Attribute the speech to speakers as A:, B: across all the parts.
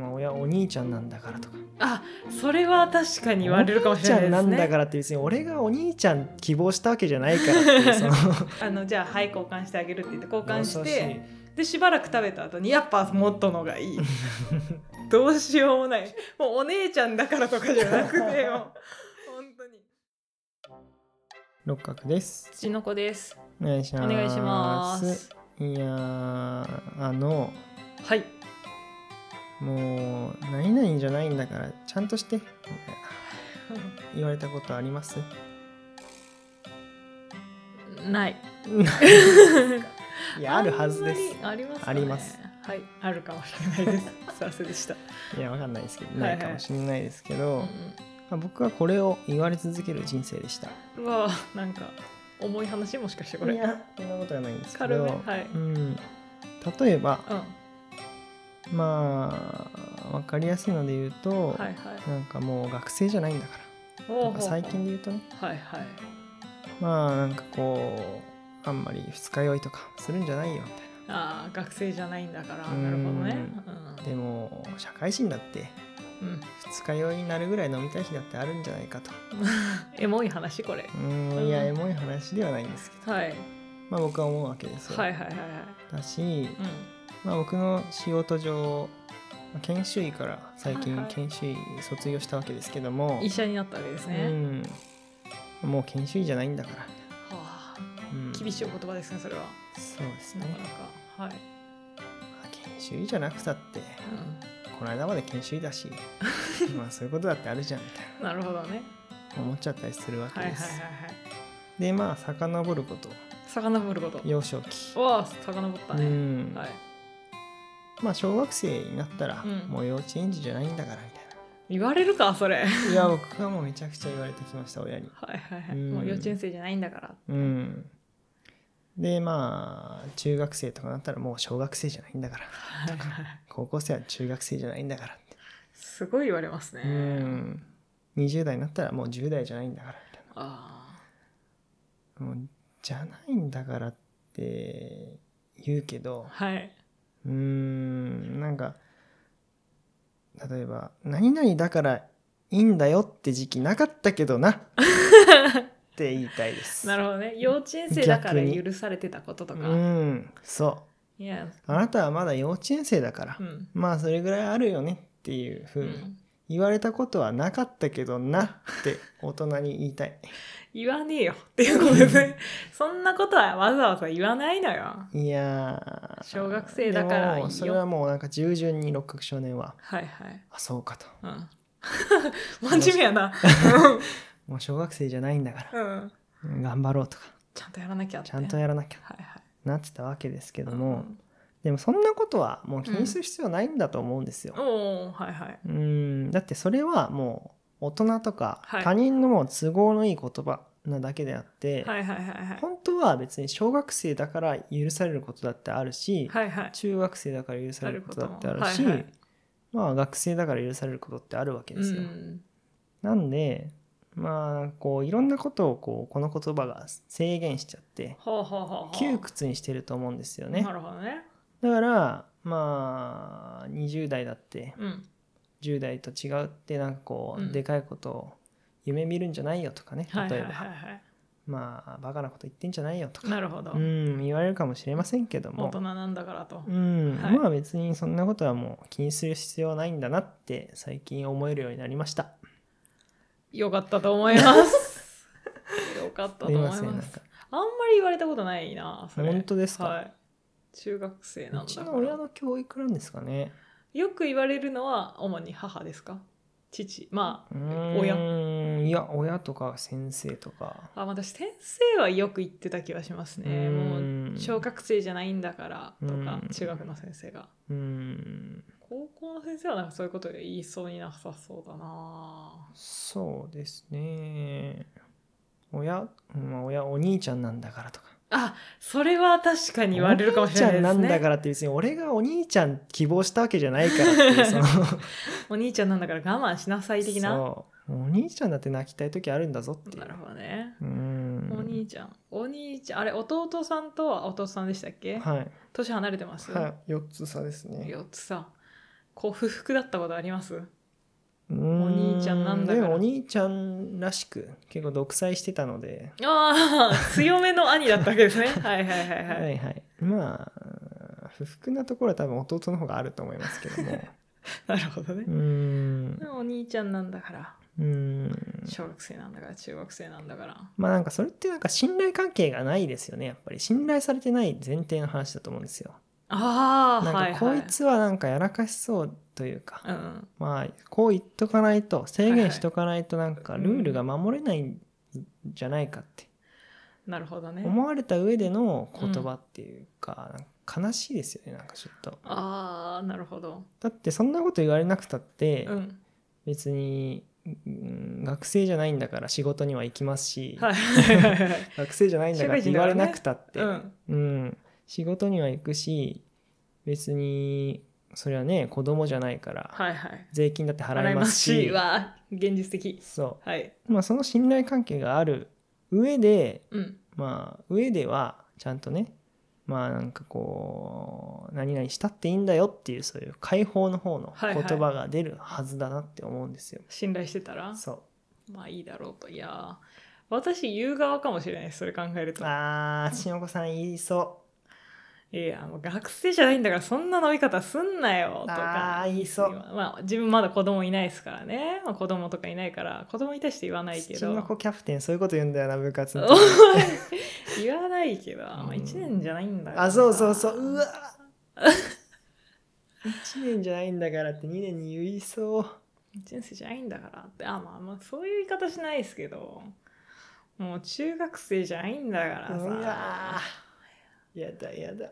A: まあ、親お兄ちゃんなんだからとか
B: あそれは確かに言われるかもしれないですね
A: お兄ちゃんなんだからって別に俺がお兄ちゃん希望したわけじゃないからっていうその
B: あのじゃあはい交換してあげるって言って交換してでしばらく食べた後にやっぱもっとのが いいどうしようもないもうお姉ちゃんだからとかじゃな くてよ本当に
A: 六角です
B: 土の子です
A: お願いし
B: お
A: ます
B: 願いします
A: いやーあの
B: はい
A: もう何々じゃないんだからちゃんとしてみたいな言われたことあります
B: ない
A: いやあるはずです
B: あんまりありますかね
A: あります
B: はいあるかもしれないですさすがでした、
A: いやわかんないですけど
B: いは
A: ないいかもしれないですけど、
B: う
A: まあ僕はこれを言われ続ける人生でした
B: ん、うわなんか重い話もしかしてこれ
A: いやそんなことはないんですけ
B: 軽
A: ど、
B: めはい
A: うん、例えば
B: うん
A: まあ分かりやすいので言うと、
B: はいはい
A: なんかもう学生じゃないんだから
B: ほう
A: なん
B: ほ
A: か
B: う
A: 最近で言うとね
B: はいはい
A: まあなんかこうあんまり二日酔いとかするんじゃないよみたい
B: ああ学生じゃないんだから
A: うん
B: なるほどね
A: なでも社会人だって
B: うん、うん、
A: 二日酔いになるぐらい飲みたい日だってあるんじゃないかと
B: エモい話これ
A: うーんいやエモい話ではないんですけど、
B: はい
A: まあ、僕は思うわけですよ、
B: はいはいはいはい
A: だし、
B: うん
A: まあ、僕の仕事上まあ研修医から最近
B: はいはい
A: 研修医卒業したわけですけども、
B: 医者になったわけですね、
A: うん、もう研修医じゃないんだから、
B: はあ
A: うん
B: 厳しいお言葉ですねそれは
A: そうです
B: な
A: ね
B: か、なかはい、
A: まあ研修医じゃなくたって
B: う
A: この間まで研修医だ しまあそういうことだってあるじゃんみたい
B: ん、なるほどね
A: な思っちゃったりするわけ
B: はいはい
A: で
B: はい
A: す、
B: はい
A: でまあ遡ること
B: 遡ること
A: 幼少期、
B: わあ遡った
A: う
B: ね、
A: ん
B: はい
A: まあ小学生になったら、
B: うん
A: もう幼稚園児じゃないんだからみたいな
B: 言われるかそれはい
A: いや僕はもうめちゃくちゃ言われてきました親に
B: はいはい、
A: うん
B: もう幼稚園生じゃないん だから
A: うんでまあ中学生とかなったらもう小学生じゃないんだから
B: はいはい
A: 高校生は中学生じゃないんだからって
B: すごい言われますね、
A: うん20代になったらもう10代じゃないんだからみたい
B: あ
A: なもうじゃないんだからって言うけ
B: あ
A: ど
B: はい、
A: うんなんか例えば「何々だからいいんだよ」って時期なかったけどなって言いたいです
B: なるほどね幼稚園生だから許されてたこととか、
A: うんそう
B: いや
A: あなたはまだ幼稚園生だから、
B: うん、
A: まあそれぐらいあるよねっていうふ
B: う
A: うに、
B: ん、
A: 言われたことはなかったけどなって大人に言いたい
B: 言わねえよっていうことですね そんなことはわざわざ言わないのよ
A: いやー
B: 小学生だからいいよ
A: でもそれはもうなんか従順に六角少年は
B: はいはい、
A: あそうかと
B: うん、 真面目やな、
A: もう小学生じゃないんだか
B: うん、
A: ら頑張ろうとか
B: ちゃんとやらなきゃって
A: ちゃんとやらなきゃ
B: はいはい
A: なってたわけですけども、でもそんなことはもう気にする必要ないんだと思うんですよ
B: うん、おおはいはい
A: うんだってそれはもう大人とか
B: はい
A: 他人のもう都合のいい言葉なだけであって、
B: はいはいはいはい
A: 本当は別に小学生だから許されることだってあるし、
B: はいはい
A: 中学生だから許されることだってあるし、
B: なること
A: まあ学生だから許されることってあるわけ
B: う
A: ですよ。
B: ん
A: なんでまあこういろんなことをこうこの言葉が制限しちゃって
B: ほうほうほうほう
A: 窮屈にしてると思うんですよね
B: な。るほどね
A: だからまあ20代だって
B: うん
A: 10代と違うってなんかこ
B: うん
A: うでかいことを夢見るんじゃないよとかね
B: はいは
A: 例
B: い
A: え
B: はいは
A: ば
B: い
A: まあバカなこと言ってんじゃないよとか。
B: なるほど、
A: うん、言われるかもしれませんけど
B: 大
A: も
B: 人なんだからと、
A: うん、
B: はい
A: まあ別にそんなことはもう気にする必要ないんだなって最近思えるようになりました
B: よかったと思います よかっ
A: す
B: たと思
A: い
B: い
A: ま
B: ま
A: せ
B: す
A: んなんか
B: あんまり言われたことないなそれ
A: 本当ですか、
B: はい中学生なん
A: う
B: だ
A: ち
B: から
A: の親の教育なんですかね
B: よく言われるのは主に母ですか父ま
A: うーんいや親とか先生とか
B: ああ私先生はよく言ってた気がしますねもう
A: ーん
B: 小学生じゃないんだからとか
A: うん
B: 中学の先生が
A: うーん
B: 高校の先生はなんかそういうこと言いそうになさそうだな
A: そうですね親、まあ、親お兄ちゃんなんだからとか
B: あそれは確かに言われるかもしれないです
A: お
B: ね
A: 兄ちゃんなんだからって別に俺がお兄ちゃん希望したわけじゃないからっていうその
B: お兄ちゃんなんだから我慢しなさい的な
A: そうお兄ちゃんだって泣きたい時あるんだぞっていう
B: なるほどね
A: うん
B: お兄ちゃんお兄ちゃんあれ弟さんとは弟さんでしたっけ
A: はい
B: 年離れてます、
A: はい、4つ差ですね。
B: 4つさこう不服だったことあります
A: お
B: お兄ちゃんなんだから
A: でもお兄ちゃんらしく結構独裁してたので
B: ああ 強めの兄だったわけで すねはいはいはい
A: は
B: はい、
A: いはいまあ不服なところは多分弟の方があると思いますけ ども
B: なるほどね
A: うーん
B: お兄ちゃんなんだから
A: うーん
B: 小学生なんだから中学生なんだから
A: まあなんかそれってなんか信頼関係がないですよねやっぱり信頼されてない前提の話だと思うんですよ
B: ああは
A: ないんか
B: は
A: こい
B: い
A: つはなんかやらかしそうというか、
B: うん
A: まあこう言っとかないと制限しとかないとなんかルールが守れないんじゃないかって
B: なるほどね
A: 思われた上での言葉っていうか,、悲しいですよねなんかちょっと
B: ああなるほど
A: だってそんなこと言われなくたって
B: うん
A: 別に、うん学生じゃないんだから仕事には行きますし、
B: はいはいはいはい
A: 学生じゃないんだからって言われなくたって、
B: うん
A: うん、仕事には行くし別にそれはね子供じゃないから
B: はいはい
A: 税金だって払
B: 洗
A: い
B: い
A: ま
B: ますす
A: し
B: しは現実的
A: そ
B: はい、
A: う、まあ、その信頼関係がある上で
B: うん、
A: まあ上ではちゃんとねまあなんかこう何々したっていいんだよっていうそういう解放の方の
B: はい
A: 言
B: はい
A: 葉が出るはずだなって思うんですよ。
B: 信頼してたら
A: そ
B: まあいいだろうといやー私言う側かもしれないですそれ考える
A: う
B: と
A: あーしのこさん言いそ
B: いやもう学生じゃないんだからそんな飲み方すんなよ
A: う
B: とか
A: あー言いそう
B: まあ、自分まだ子供いないですからね、まあ、子供とかいないから子供に対して言わないけ
A: しの
B: ど
A: こキャプテンそういうこと言うんだよな部活の
B: おい
A: 時
B: 言わないけど、まあ、1年じゃないんだから
A: あそうそうそううわ1年じゃないんだからって2年に言いそう
B: 人生じゃないんだからってあまあまあそういう言い方しないですけどもう中学生じゃないんだから
A: うわ
B: さ
A: やだやだ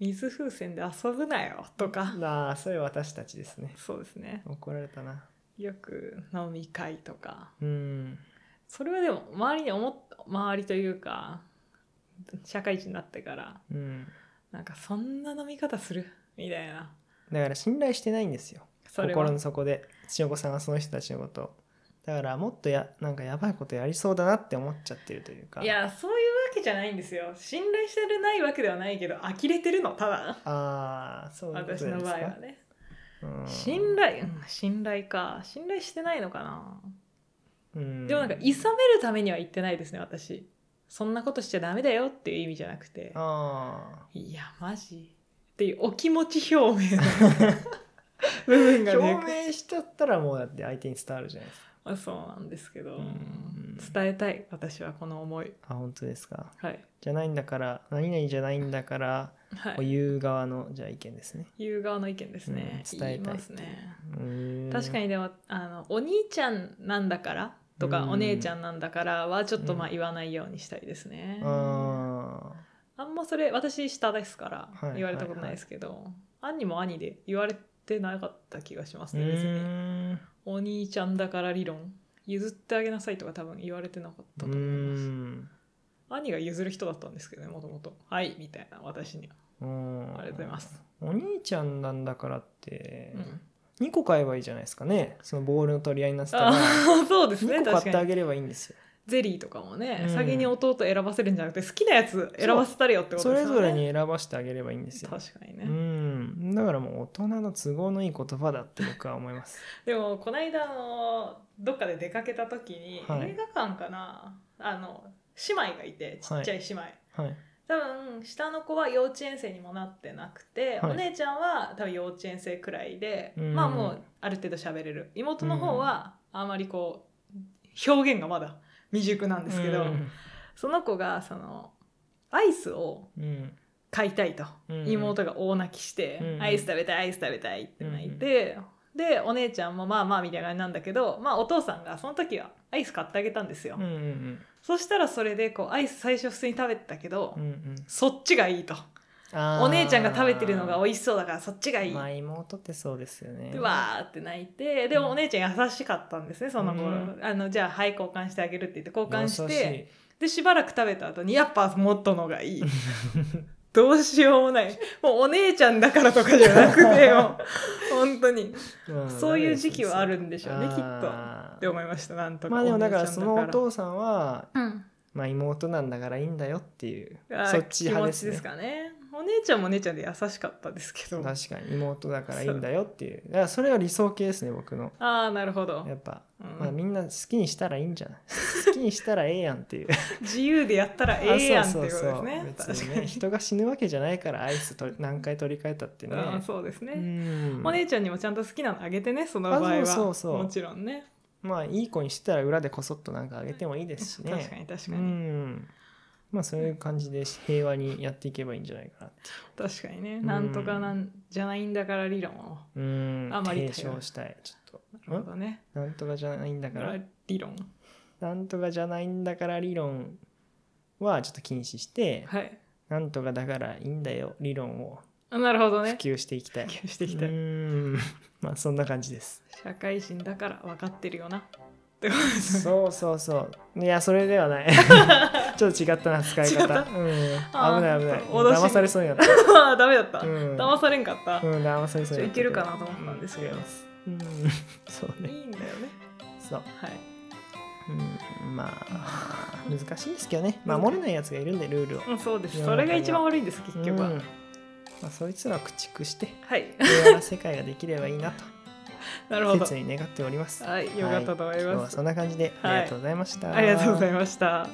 B: 水風船で遊ぶなよとか
A: なあそれ私たちですね
B: そうですね
A: 怒られたな
B: よく飲み会とか
A: うん
B: それはでも周りに思っ周りというか社会人になってから
A: うん
B: なんかそんな飲み方するみたいな
A: だから信頼してないんですよ
B: それは
A: 心の底で千代子さんはその人たちのことをだからもっとやなんかやばいことやりそうだなって思っちゃってるというか
B: いやそういうわけじゃないんですよ信頼してるないわけではないけど呆れてるのただ
A: ああそういうこ
B: 私
A: となんで
B: の
A: す
B: 場合
A: か
B: はね
A: うん
B: 信頼、うん、信頼か信頼してないのかな、
A: うん
B: でもなんかいさめるためには言ってないですね私そんなことしちゃダメだよっていう意味じゃなくて
A: あ
B: いやマジっていうお気持ち表明の 部分が
A: あ
B: ね
A: 表明しちゃったらもうだって相手に伝わるじゃないですか
B: まあそうなんですけど、
A: うん
B: 伝えたい私はこの思い
A: あ本当ですか
B: はい
A: じゃないんだから何々じゃないんだから、
B: は
A: お
B: い
A: 言う側のじゃあ意見ですね
B: 言う側の意見ですね、
A: うん伝えたい
B: 言いますね確
A: 確
B: かにでもあのお兄ちゃんなんだからとか、
A: うん
B: お姉ちゃんなんだからはちょっとまあ
A: うん
B: 言わないようにしたいですね、
A: あ
B: あんまそれ私下ですから
A: はい
B: 言われたことないですけど、兄も兄で言われてなかった気がします
A: ーう
B: ね別に
A: ーん
B: お兄ちゃんだから理論譲ってあげなさいとか多分言われてなかった
A: う
B: と思います、
A: ん
B: 兄が譲る人だったんですけどねもともとはいみたいな私には
A: うん
B: ありがとうございます、
A: お兄ちゃんなんだからって
B: うん、
A: 2個買えばいいじゃないですかねそのボールの取り合いになってたら
B: あー そうです
A: 2
B: ね
A: 個買っ
B: 確
A: て
B: か
A: あ
B: に
A: げればいいんですよ
B: ゼリーとかもね、
A: うん
B: 先に弟選ばせるんじゃなくて好きなやつ選ばせたれよってこと
A: そ
B: です
A: れ
B: よね
A: ぞれに選ばしてあげればいいんですよ
B: 確かにね、
A: うんだからもう大人の都合のいい言葉だって僕は思います
B: でもこの間あのどっかで出かけた時に、
A: はい
B: 映画館かなあの姉妹がいてちっちゃい姉妹、
A: はい
B: 多分下の子は幼稚園生にもなってなくて、
A: はい
B: お姉ちゃんは多分幼稚園生くらいで、
A: うん
B: まあもうある程度喋れる妹の方はあまりこう表現がまだ未熟なんですけど、
A: うん
B: その子がそのアイスを
A: うん
B: 買いたいと、
A: うん
B: 妹が大泣きして、
A: うん
B: アイス食べたいアイス食べたい」って泣いて、でお姉ちゃんもまあまあみたいな感じなんだけど、まあ、お父さんがその時はアイス買ってあげたんですよ、
A: うんうん
B: そしたらそれでこうアイス最初普通に食べてたけど、
A: うんうん
B: そっちがいいと
A: あー
B: お姉ちゃんが食べてるのが美味しそうだからそっちがいい、
A: まあ妹ってそうですよね
B: でわーって泣いてでもお姉ちゃん優しかったんですねその頃、
A: うん
B: あのじゃあはい交換してあげるって言って交換し
A: 優
B: て
A: い
B: でしばらく食べた後にやっぱもっとのがいいどうしようもないもうお姉ちゃんだからとかじゃなく てよ本当に
A: うん
B: そういう時期はあるんでしょうねきっと
A: あー
B: って思いましたなんとか
A: まあでもだから
B: お姉ち
A: そ
B: ゃん
A: のお父さんは、
B: うん
A: まあ、妹なんだからいいんだよっていう
B: あー
A: そっち派です
B: 気持ちで
A: ね
B: すかねお姉ちゃんもお姉ちゃんで優しかったですけどあ
A: 確かに妹だからいいんだよっていうだからそれは理想系ですね僕の
B: あーなるほど
A: や、っぱ、
B: うん
A: まあ、みんな好きにしたらいいんじ ゃない好きにしたらええやんっていう
B: 自由でやったら ええやんっていうこと
A: あ
B: で
A: 別
B: す
A: に
B: ね確
A: ね
B: かに
A: 人が死ぬわけじゃないからアイスと何回取り替えたってね
B: うん そうですね、
A: うん
B: お姉ちゃんにもちゃんと好きなのあげてねその場合は
A: あそうそうそう
B: もちろんね
A: まあいい子にしてたら裏でこそっとなんかあげてもいいですしね
B: 確かに確
A: う
B: かに、
A: んまあそういう感じで平和にやっていけばいいんじゃないかなって
B: 確かにね、
A: うん
B: なんとかなんじゃないんだから理論を
A: うん
B: あまり
A: 提唱したいちょっ
B: なるほ
A: と
B: どね
A: んなんとかじゃないんだから
B: 理論
A: なんとかじゃないんだから理論はちょっと禁止して、
B: はい
A: なんとかだからいいんだよ理論を
B: あなるほど
A: 普
B: ね
A: 及していきたい、
B: 普及していき
A: う
B: たい、
A: ーんまあそんな感じ です
B: 社会人だから分かってるよなってことですね
A: そうそうそういやそれではない ちょっと違ったな使い
B: 違っ
A: 方、
B: た
A: うん、危
B: あー
A: ない危ない
B: 脅し
A: 騙されそうになった、
B: あーダメだった、
A: うん
B: 騙されんかった、
A: うん、騙されそう
B: ち
A: に
B: ょ
A: な
B: い
A: った
B: けるかなと思ったんですけど、
A: うんそう
B: い
A: ね
B: いんだよね
A: そう、
B: はい
A: うん、まあ難しいですけどね守れないやつがいるんでルールを
B: うん、そうです
A: 世の
B: そ
A: 中
B: れが一番悪いんです結局は、
A: うんまあ、そいつらを駆逐して
B: はい
A: 平和な世界ができればいいなと
B: なるほど
A: 切に願っております。
B: はいよかったと思い
A: 今日
B: ま
A: は
B: す、
A: そんな感じでありがとうございました。
B: ありがとうございました